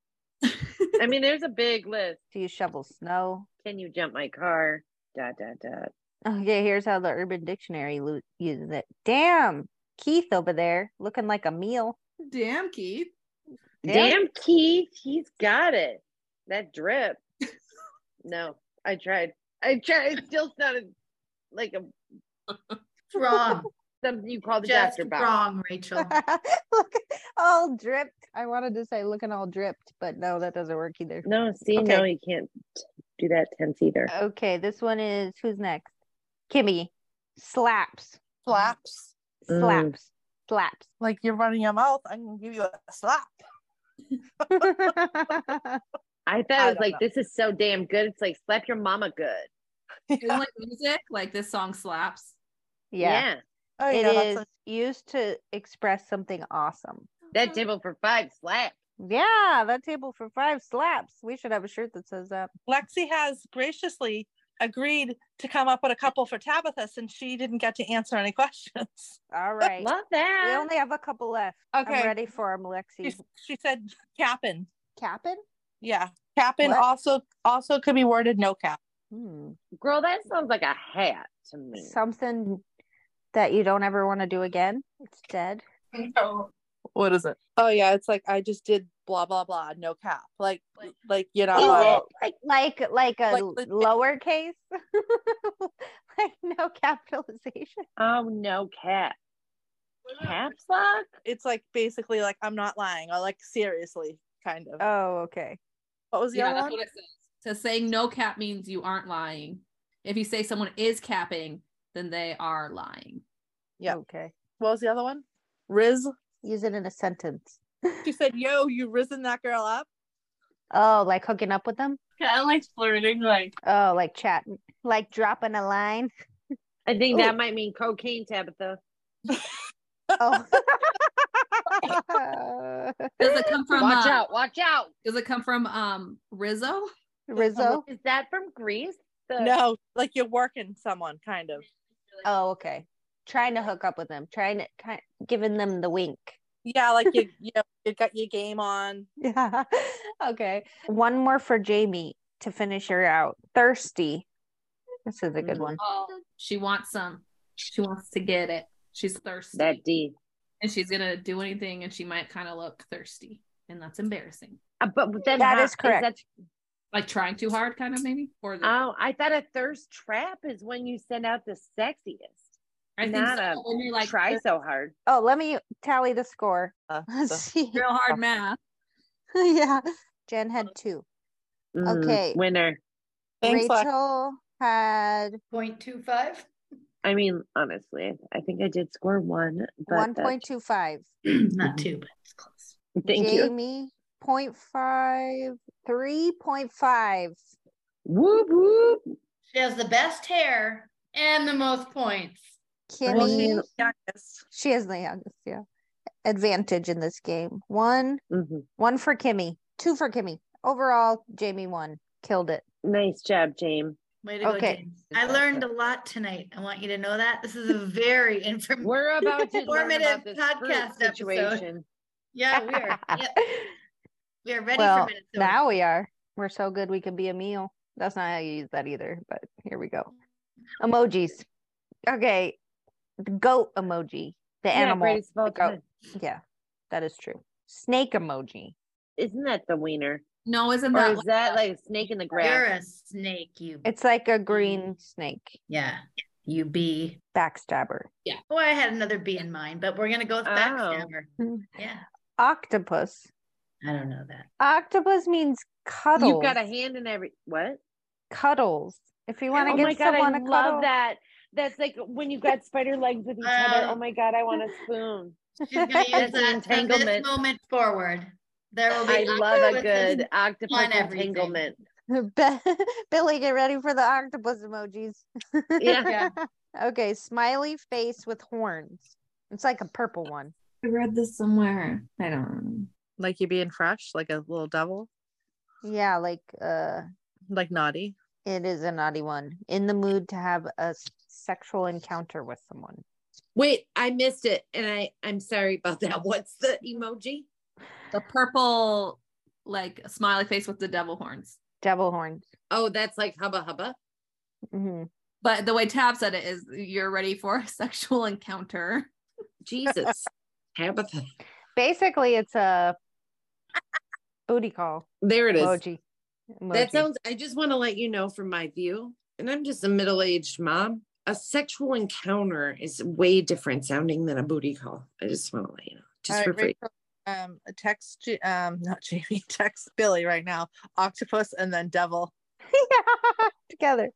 S5: I mean, there's a big list.
S4: Do you shovel snow?
S5: Can you jump my car? Dot dot dot.
S4: Okay, here's how the Urban Dictionary lo- uses it. Damn, Keith over there looking like a meal.
S7: Damn, Keith.
S4: Damn.
S5: Damn Keith, he's got it. That drip. no, I tried. I tried. It still sounded like a
S1: It's wrong.
S5: something you call the
S1: Just
S5: doctor about.
S1: wrong, Rachel.
S4: Look all dripped. Oh. I wanted to say looking all dripped, but no, that doesn't work either.
S5: No, see, no, you can't do that tense either.
S4: Okay, this one is who's next? Kimmy. Slaps.
S6: Mm-hmm. Slaps.
S5: Mm.
S4: Slaps. Slaps.
S6: Like you're running your mouth. I'm gonna give you a slap.
S5: I thought
S6: I
S5: it was
S6: don't
S5: like
S6: know.
S5: this is so damn good. It's like slap your mama good.
S7: Isn't like music, like this song slaps.
S4: yeah.
S6: Oh,
S4: It
S6: yeah, that's
S4: is used to express something awesome.
S5: That table for five slap.
S4: Yeah, that table for five slaps. We should have a shirt that says that.
S6: Lexi has graciously agreed to come up with a couple for Tabitha since she didn't get to answer any questions.
S4: All right.
S5: Love
S4: we
S5: that.
S4: only have a couple left. I'm
S6: Okay.
S4: ready for them, Lexi.
S6: She, she said capping.
S4: Capping?
S6: Yeah. Capping
S4: What?
S6: also also could be worded no cap.
S4: Hmm.
S5: Girl, that sounds like a hat to
S6: Hmm.
S5: me.
S4: Something that you don't ever want to do again. It's dead.
S6: What is it? Oh yeah, it's like I just did blah blah blah, no cap. Like oh,
S7: Like-
S6: like you're not
S4: Is
S6: allowed.
S4: it like like like a
S6: Like
S4: l-
S6: legit-
S4: lowercase? like no capitalization.
S5: Oh no, cap. Caps lock?
S6: It's like basically like I'm not lying or like seriously kind of.
S4: Oh, okay.
S6: Uh, what was the
S7: Yeah,
S6: other
S7: that's
S6: one?
S7: what it says. So saying no cap means you aren't lying. If you say someone is capping, then they are lying.
S6: Yeah.
S4: Okay.
S6: What was the other one? Riz.
S4: Use it in a sentence.
S6: She said, "Yo, you risen that girl up."
S4: Oh, like hooking up with them?
S9: Kind of like flirting, like
S4: Oh, like chatting, like dropping a line.
S5: I think
S6: Ooh.
S5: that might mean cocaine, Tabitha.
S4: Oh.
S7: Does it come from
S5: watch
S7: uh,
S5: out, watch out.
S7: Does it come from um Rizzo?
S4: Rizzo.
S5: Is that from Greece? The-
S6: No, like you're working someone kind of.
S4: Oh, okay. Trying to hook up with them, trying to kind giving them the wink.
S6: Yeah, like you you know, you got your game on.
S4: Yeah. Okay. One more for Jamie to finish her out. Thirsty. This is a good
S5: Mm.
S4: one.
S7: She wants some. She wants to get it. She's thirsty.
S5: That D.
S7: and she's gonna do anything and she might kind of look thirsty. And that's embarrassing.
S5: Uh, but but then
S4: That
S5: how-
S4: is correct.
S5: that-
S7: Like trying too hard, kind of maybe? Or the,
S5: oh, I thought a thirst trap is when you send out the sexiest.
S7: I think
S5: not
S7: so,
S5: a
S7: when you're like
S5: Try so hard.
S4: Oh, let me tally the score.
S6: Uh,
S4: Let's
S6: so-
S4: see.
S7: real hard math.
S4: yeah. Jen had two.
S5: Mm,
S4: Okay.
S5: Winner.
S6: Thanks, Lex.
S4: Rachel had
S1: 0.25.
S5: I mean, honestly, I think I did score one, but
S4: one
S5: that-
S4: point two five.
S1: Not two, but it's close.
S5: Thank you.
S4: Jamie point five. Three point five.
S5: Whoop whoop.
S1: She has the best hair and the most points.
S5: Well, she-
S4: Kimmy.
S6: Youngest.
S4: She is the youngest, yeah. Advantage in this game. One,
S5: Mhm.
S4: one for Kimmy, two for Kimmy. Overall, Jamie won. Killed it.
S5: Nice job, James.
S1: Way to go,
S4: Okay.
S1: James. I learned a lot tonight. I want you to know that. This is a very informative.
S5: We're about to learn
S1: Informative
S5: about this
S1: podcast
S5: fruit
S1: episode.
S5: situation.
S1: Yeah, we are. Yep. We are ready
S4: well,
S1: for Minnesota.
S4: now we are. We're so good we can be a meal. That's not how you use that either, but here we go. Emojis. Okay. The goat emoji. The
S5: Yeah,
S4: animal.
S5: greatest of all
S4: the goat.
S5: time.
S4: Yeah, that is true. Snake emoji.
S5: Isn't that the wiener?
S7: No, isn't
S5: Or
S7: that
S5: is that like a snake in the
S1: You're
S5: grass?
S1: a snake, you.
S4: It's like a
S5: Mm-hmm.
S4: green snake.
S1: yeah, you bee.
S4: Backstabber.
S1: Oh, I had another bee in mind, but we're gonna go with
S5: Oh.
S1: backstabber.
S4: Mm.
S1: Yeah,
S4: Octopus.
S1: I don't know that.
S4: Octopus means cuddles.
S5: You've got a hand in every what?
S4: cuddles. If you want to
S5: Oh
S4: give
S5: my god, I
S4: someone a
S5: love
S4: cuddle.
S5: that. That's like when you've got spider legs with each other.
S1: Um,
S5: Oh my god, I want a spoon.
S1: She's gonna use that
S5: That's an
S1: from this
S5: entanglement.
S1: moment forward. There will be.
S5: I love a
S1: octopuses.
S5: good octopus
S1: on everything.
S5: entanglement.
S4: Be- Billy, get ready for the octopus emojis.
S5: Yeah.
S4: okay, smiley face with horns. It's like a purple one.
S7: I read this somewhere. I don't
S6: Like you being fresh, like a little devil,
S4: Yeah, like uh
S6: like naughty.
S4: it is a naughty one. In the mood to have a s- sexual encounter with someone.
S5: Wait, I missed it, and I I'm sorry about that. What's the emoji?
S7: The purple, like smiley face with the devil horns.
S4: Devil horns.
S5: Oh, that's like hubba hubba.
S4: hmm
S7: But the way Tab said it is you're ready for a sexual encounter.
S5: Jesus, Tabitha.
S4: Basically, it's a booty call
S5: There it is.
S4: emoji. emoji.
S5: That sounds. I just want to let you know from my view, and I'm just a middle aged mom. A sexual encounter is way different sounding than a booty call. I just want to let you know. Just for free.
S6: Rachel, um, text J- um, not Jamie, text Billy right now. Octopus and then devil.
S4: together.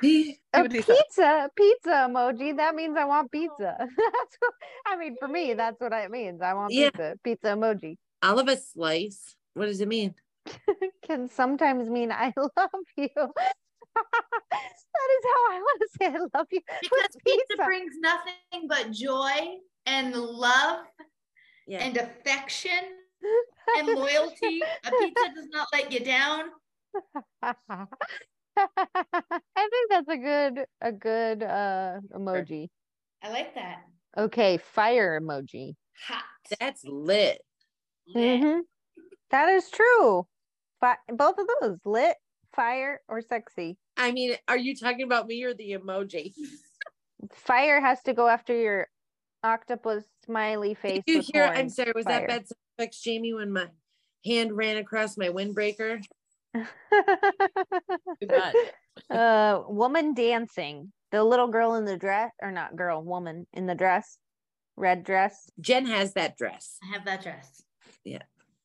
S6: See
S4: A
S6: what he said.
S4: pizza, pizza emoji. That means I want pizza. that's what, I mean, for me, that's what it means. I want
S5: Yeah.
S4: pizza. Pizza emoji
S5: Olive a slice. What does it mean?
S4: can sometimes mean I love you. that is how I want to say I love you.
S1: Because
S4: with
S1: pizza brings nothing but joy and love
S5: Yeah.
S1: and affection and loyalty. A pizza does not let you down.
S4: I think that's a good a good uh emoji.
S1: I like that.
S4: Okay, fire emoji.
S1: Hot.
S5: That's lit.
S1: lit.
S4: Mhm. That is true. But both of those lit, fire, or sexy.
S5: I mean, are you talking about me or the emoji?
S4: Fire has to go after your octopus smiley face.
S5: Did you
S4: with
S5: hear? I'm
S4: horns.
S5: sorry. Was
S4: fire.
S5: that bad sex, Jamie? When my hand ran across my windbreaker. Too much.
S4: uh, woman dancing. The little girl in the dress, or not girl, woman in the dress, red dress.
S5: Jen has that dress.
S1: I have that dress.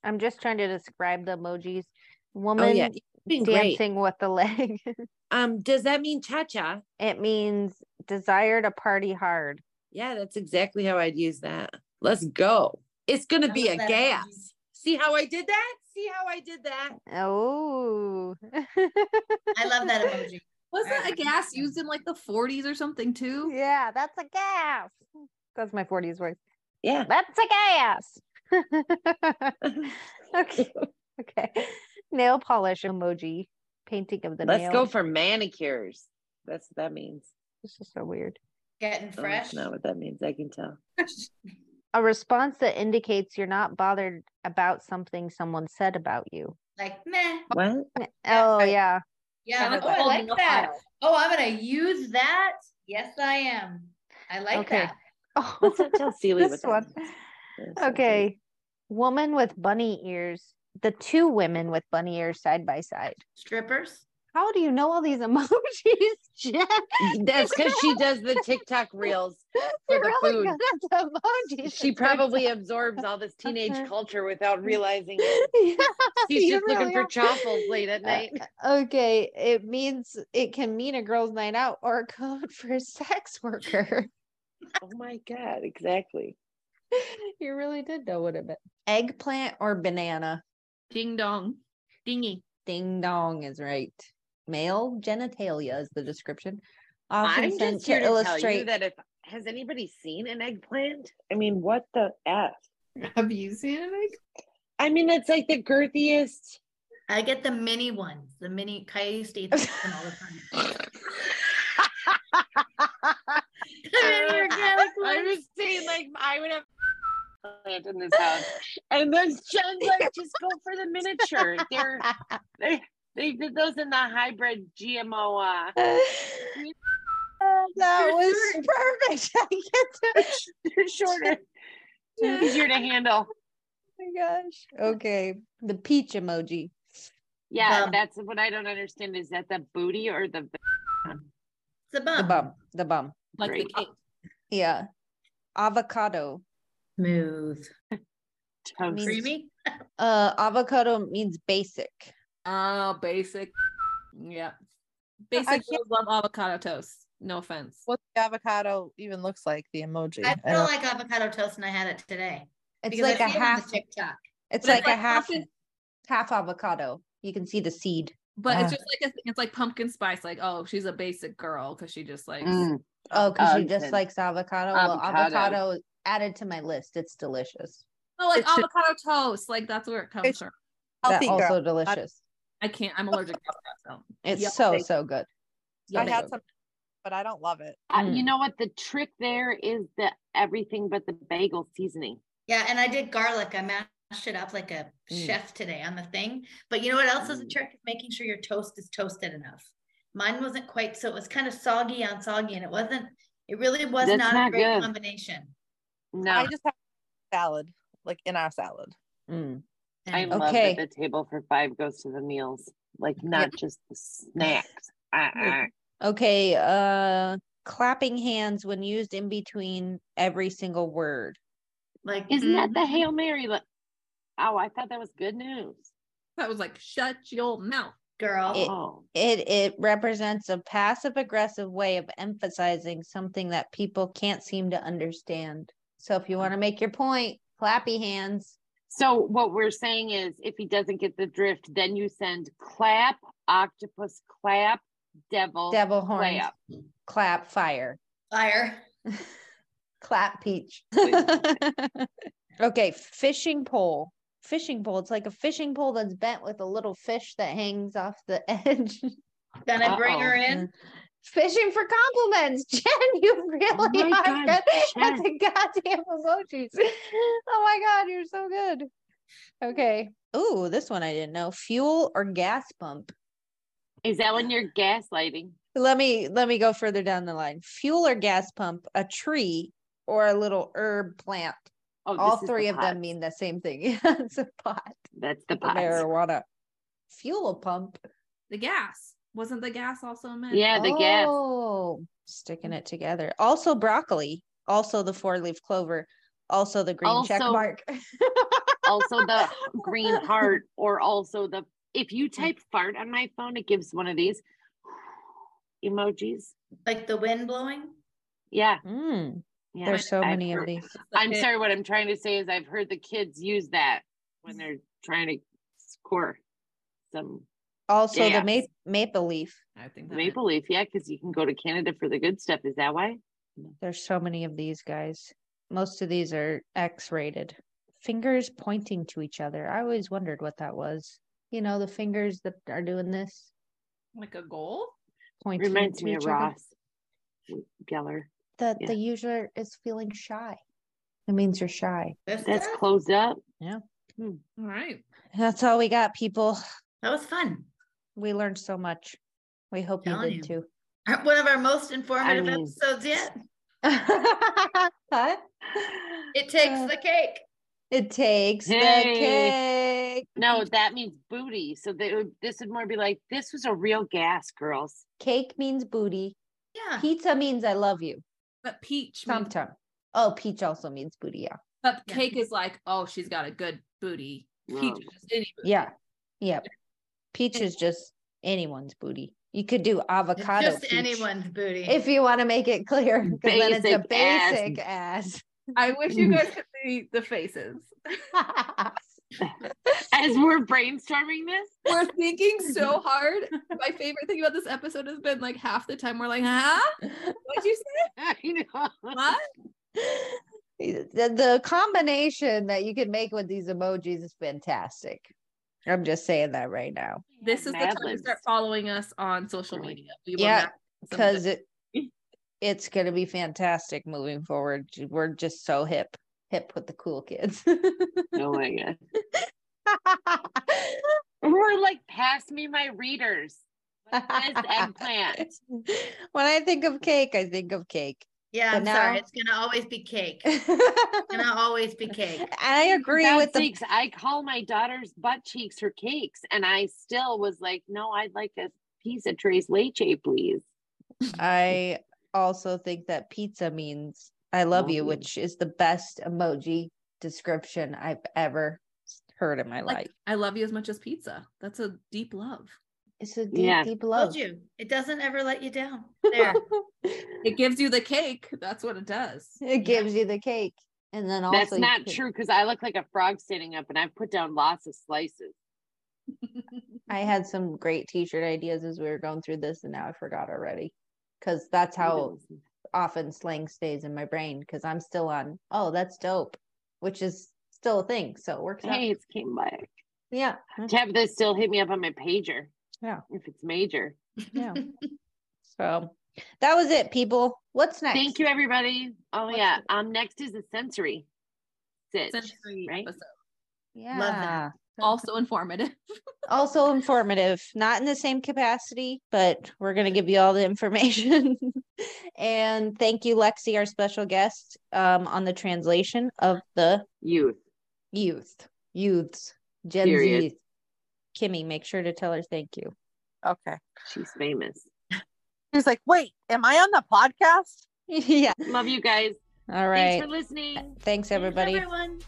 S4: I'm just trying to describe the emojis.
S5: Oh
S4: Woman
S5: yeah, you've been great.
S4: dancing with the leg.
S5: Um, does that mean cha cha?
S4: it means desire to party hard.
S5: Yeah, that's exactly how I'd use that. Let's go. It's going
S1: I
S5: to be
S1: love
S5: a
S1: that
S5: gas.
S1: emoji.
S5: See how I did that? See how I did that?
S4: Oh.
S1: I love that emoji.
S7: Wasn't a gas used in like the 40s or something too?
S4: Yeah, that's a gas. That's my 40s voice.
S5: Yeah.
S4: That's a gas. okay. Okay. Nail polish emoji. Painting of the
S5: Let's
S4: nails.
S5: go for manicures. That's what that means.
S4: This is so weird.
S1: Getting
S5: Oh,
S1: fresh.
S5: that's not what that means. I can tell.
S4: A response that indicates you're not bothered about something someone said about you.
S1: Like meh.
S5: What?
S1: Yeah,
S4: Oh
S1: right.
S4: yeah.
S1: Yeah.
S7: Kind of
S1: oh, I
S7: holding
S1: like
S7: a
S1: that.
S7: file.
S1: Oh, I'm gonna use that. Yes, I am. I like
S4: Okay.
S1: that.
S4: Oh,
S5: Let's not tell Seely what
S4: this
S5: that
S4: one.
S5: means. That's not good.
S4: Okay. Woman with bunny ears. The two women with bunny ears side by side.
S1: Strippers.
S4: How do you know all these emojis, Jen?
S5: That's because she does the TikTok reels for
S4: You're
S5: the
S4: really
S5: food.
S4: good at the emojis.
S5: She
S4: it turns
S5: probably
S4: out.
S5: absorbs all this teenage culture without realizing it.
S4: Yeah,
S5: She's
S4: you
S5: just looking
S4: really
S5: for
S4: are.
S5: chaffles late at night.
S4: Uh, okay, it means it can mean a girl's night out or a code for a sex worker.
S5: Oh my God. Exactly.
S4: you really did know what it meant. Eggplant or banana?
S7: Ding dong. Dingy.
S4: Ding dong is right. Male genitalia is the description. Often
S5: I'm
S4: sent
S5: just here to, tell you
S4: illustrate
S5: that if has anybody seen an eggplant? I mean, what the f?
S7: Have you seen it?
S5: I mean, that's like the girthiest
S1: I get the mini ones, the mini Coyote State all the time. The mini organic
S5: I
S1: ones.
S5: was saying, like, I would have plant in this house, and then Jen's like, just go for the miniature. They're they they did those in the hybrid GMO. Uh,
S4: that was perfect. I can't do it.
S5: they're shorter, easier to handle.
S4: Oh my gosh. Okay. The peach emoji.
S5: Yeah,
S1: Bum.
S5: that's what I don't understand. Is that the booty or the
S1: It's a bum.
S4: The bum. The bum.
S7: like the
S5: Great.
S7: cake.
S4: Yeah. Avocado.
S1: Smooth.
S5: toast?
S4: Means-
S1: Creamy.
S4: Uh avocado means basic.
S7: Oh, basic. Yeah. Basic
S6: can't-
S7: girls love avocado toast. No offense.
S6: What the avocado even looks like, the emoji. uh,
S1: I
S6: I
S1: feel
S6: don't-
S1: like avocado toast and I had it today.
S4: It's
S1: because
S4: like
S1: I
S4: a
S1: see it on the
S4: half
S1: TikTok.
S4: it's
S7: But
S4: like
S7: it's
S4: a
S7: like
S4: half
S7: pumpkin-
S4: half avocado. You can see the seed.
S7: But
S6: Ah.
S7: it's just like a, it's like pumpkin spice. Like, oh, she's a basic girl because she just likes
S5: Mm.
S4: Oh, because she
S5: Oh,
S4: just
S5: good.
S4: likes avocado. Well,
S5: Avocado.
S4: avocado is added to my list. It's delicious.
S7: oh, like
S6: It should-
S7: avocado toast. Like that's where it comes
S6: It's-
S7: from.
S4: That
S6: Healthy girl.
S4: also delicious.
S7: I can't. I'm allergic to avocado. So.
S4: It's
S7: Yeah,
S4: so
S6: thank-
S4: so good.
S6: I
S4: Yummy.
S6: had some, but I don't love it.
S5: Uh,
S4: Mm.
S5: you know what? The trick there is the everything but the bagel seasoning.
S1: Yeah, and I did garlic. I mashed it up like a
S4: Mm.
S1: chef today on the thing. But you know what else is a
S5: Mm.
S1: trick? Is making sure your toast is toasted enough. Mine wasn't quite, so it was kind of soggy on soggy, and it wasn't. It really was
S5: That's
S1: not, a
S5: not
S1: great
S5: good.
S1: combination.
S5: No,
S6: I
S5: I,
S6: just have salad, like in our salad.
S4: Mm.
S1: Anyway.
S5: love
S4: Okay.
S5: that the table for five goes to the meals, like not just the snacks. Uh-uh.
S4: Okay, uh clapping hands when used in between every single word.
S1: Like
S5: Isn't that the
S1: mhm.
S5: Hail Mary? Look. Oh, I thought that was good news.
S7: That was like shut your mouth.
S1: girl?
S4: It-
S5: Oh,
S4: It it represents a passive aggressive way of emphasizing something that people can't seem to understand. So if you want to make your point, clappy hands.
S5: so what we're saying is, if he doesn't get the drift, then you send clap, octopus clap, devil,
S4: Devil horns.
S5: clap.
S4: Clap fire.
S1: Fire.
S4: Clap peach. okay, fishing pole. Fishing pole. It's like a fishing pole that's bent with a little fish that hangs off the edge.
S1: Gonna bring her
S5: Uh-oh.
S1: in.
S4: Fishing for compliments. Jen, you really
S5: Oh my
S4: are
S5: God,
S4: good at
S5: Jen.
S4: the goddamn emojis. Oh my God, you're so good. Okay. Ooh, this one I didn't know. Fuel or gas pump.
S5: Is that when you're gaslighting?
S4: Let me let me go further down the line. Fuel or gas pump, a tree or a little herb plant.
S5: Oh,
S4: All
S5: this is
S4: three
S5: the
S4: of them
S5: pot.
S4: mean the same thing. Yeah, it's a pot.
S5: That's the
S4: The
S5: pot.
S4: marijuana. Fuel pump.
S7: The gas wasn't the gas also meant.
S5: Yeah, the gas.
S4: Oh, sticking it together. Also broccoli. Also the four leaf clover. Also the green check
S5: Also-
S4: mark.
S5: also the green heart or also the if you
S4: Mm.
S5: type fart on my phone it gives one of these emojis
S1: Like the wind blowing.
S5: yeah
S4: Mm,
S5: yeah
S4: there's so
S5: I've
S4: many of
S5: heard-
S4: these.
S5: i'm sorry what i'm trying to say is i've heard the kids use that when they're trying to score some
S4: Also
S5: Yes.
S4: the ma- maple leaf.
S7: I think that meant-
S5: maple leaf yeah because you can go to canada for the good stuff is that why
S4: There's so many of these guys. Most of these are X rated. Fingers pointing to each other. I always wondered what that was. You know, the fingers that are doing this
S7: like a goal.
S4: pointing
S5: reminds
S4: to
S5: me
S4: each
S5: of
S4: other.
S5: ross geller
S4: That
S5: Yeah.
S4: the user is feeling shy. It means you're shy.
S1: This
S5: that's
S1: stuff?
S5: closed up
S7: All right.
S4: That's all we got, people.
S1: That was fun.
S4: We learned so much. We hope you
S1: Telling
S4: did
S1: you.
S4: too.
S1: One of our most informative
S5: mean-
S1: episodes yet.
S4: Huh?
S1: It takes
S4: Uh,
S1: the cake.
S4: It takes the cake.
S5: no that means booty so they would, this would more be like this was a real gas girls
S4: Cake means booty.
S1: Yeah.
S4: Pizza means I love you.
S7: But peach. means-
S4: Sometimes. Oh, peach also means booty. Yeah.
S7: but
S1: Yeah.
S7: cake is like, oh, she's got a good booty. Peach
S5: Oh.
S7: is just any booty.
S4: Yeah. Yeah. Peach is just anyone's booty. You could do
S1: It's
S4: avocado.
S1: just
S4: peach
S1: anyone's booty.
S4: If you want to make it clear, 'cause then it's a
S5: Basic ass.
S4: basic ass.
S7: I wish
S5: Mm.
S7: you guys could see the faces.
S5: as we're brainstorming this.
S7: We're thinking so hard. My favorite thing about this episode has been like half the time we're like, huh? What'd you say?
S5: I know.
S7: What?
S4: the, the combination that you can make with these emojis is fantastic. I'm just saying that right now
S7: This is the time to
S5: Madlibs.
S7: start following us on social media. We will
S4: Yeah,
S7: not some of
S4: because
S7: the-
S4: it it's going to be fantastic moving forward. We're just so hip, hip with the cool kids.
S5: Oh my god. We're like, pass me my readers. What is eggplant?
S4: when I think of cake, I think of cake.
S1: Yeah,
S4: But
S1: I'm sorry.
S4: now-
S1: It's gonna always be cake. It's
S4: I
S1: gonna always be cake.
S4: agree
S5: God
S4: with the
S5: sakes, I call my daughter's butt cheeks her cakes, and I still was like, no, I'd like a piece of Trace Leche, please.
S4: I also think that pizza means I love
S5: Love
S4: you,
S5: you.
S4: which is the best emoji description I've ever heard in my
S7: like
S4: life.
S7: I love you as much as pizza. That's a deep love.
S4: It's a deep,
S5: Yeah.
S4: deep
S1: Told
S4: love.
S1: you. It doesn't ever let you down. There.
S7: It gives you the cake. That's what it does.
S4: It gives you the cake. And then also
S5: That's
S4: you
S5: not
S4: can-
S5: true because I look like a frog standing up, and I've put down lots of slices.
S4: I had some great t-shirt ideas as we were going through this and now I forgot already. Cause that's how often slang stays in my brain because I'm still on, oh, that's dope, which is still a thing. So it works
S5: Hey,
S4: out.
S5: it's came back.
S4: Yeah.
S5: Tabitha still hit me up on my pager.
S4: Yeah.
S5: If it's major.
S4: Yeah. so that was it, people. What's next?
S5: Thank you, everybody. Oh yeah. Um, next is a sensory. Sit.
S7: Sensory
S5: right?
S7: episode.
S4: Yeah.
S1: that.
S7: Also informative.
S4: Also informative, not in the same capacity, but we're going to give you all the information. and thank you, Lexi, our special guest, um, on the translation of the
S5: Youth.
S4: youth, youths, Gen
S5: Period.
S4: Z. Kimmy, make sure to tell her thank you.
S6: Okay.
S5: She's famous.
S6: He's like, wait, am I on the podcast?
S4: yeah.
S5: Love you guys.
S4: All
S5: Thanks
S4: right.
S5: for listening.
S4: Thanks, everybody.
S1: everyone.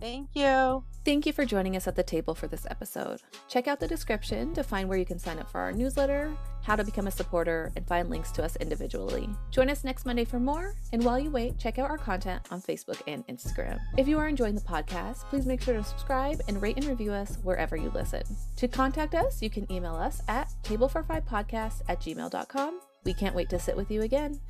S6: Thank you.
S3: Thank you for joining us at the table for this episode. Check out the description to find where you can sign up for our newsletter, how to become a supporter, and find links to us individually. Join us next Monday for more, and while you wait, check out our content on Facebook and Instagram. If you are enjoying the podcast, please make sure to subscribe and rate and review us wherever you listen. To contact us, you can email us at tableforfivepodcast at gmail.com. We can't wait to sit with you again.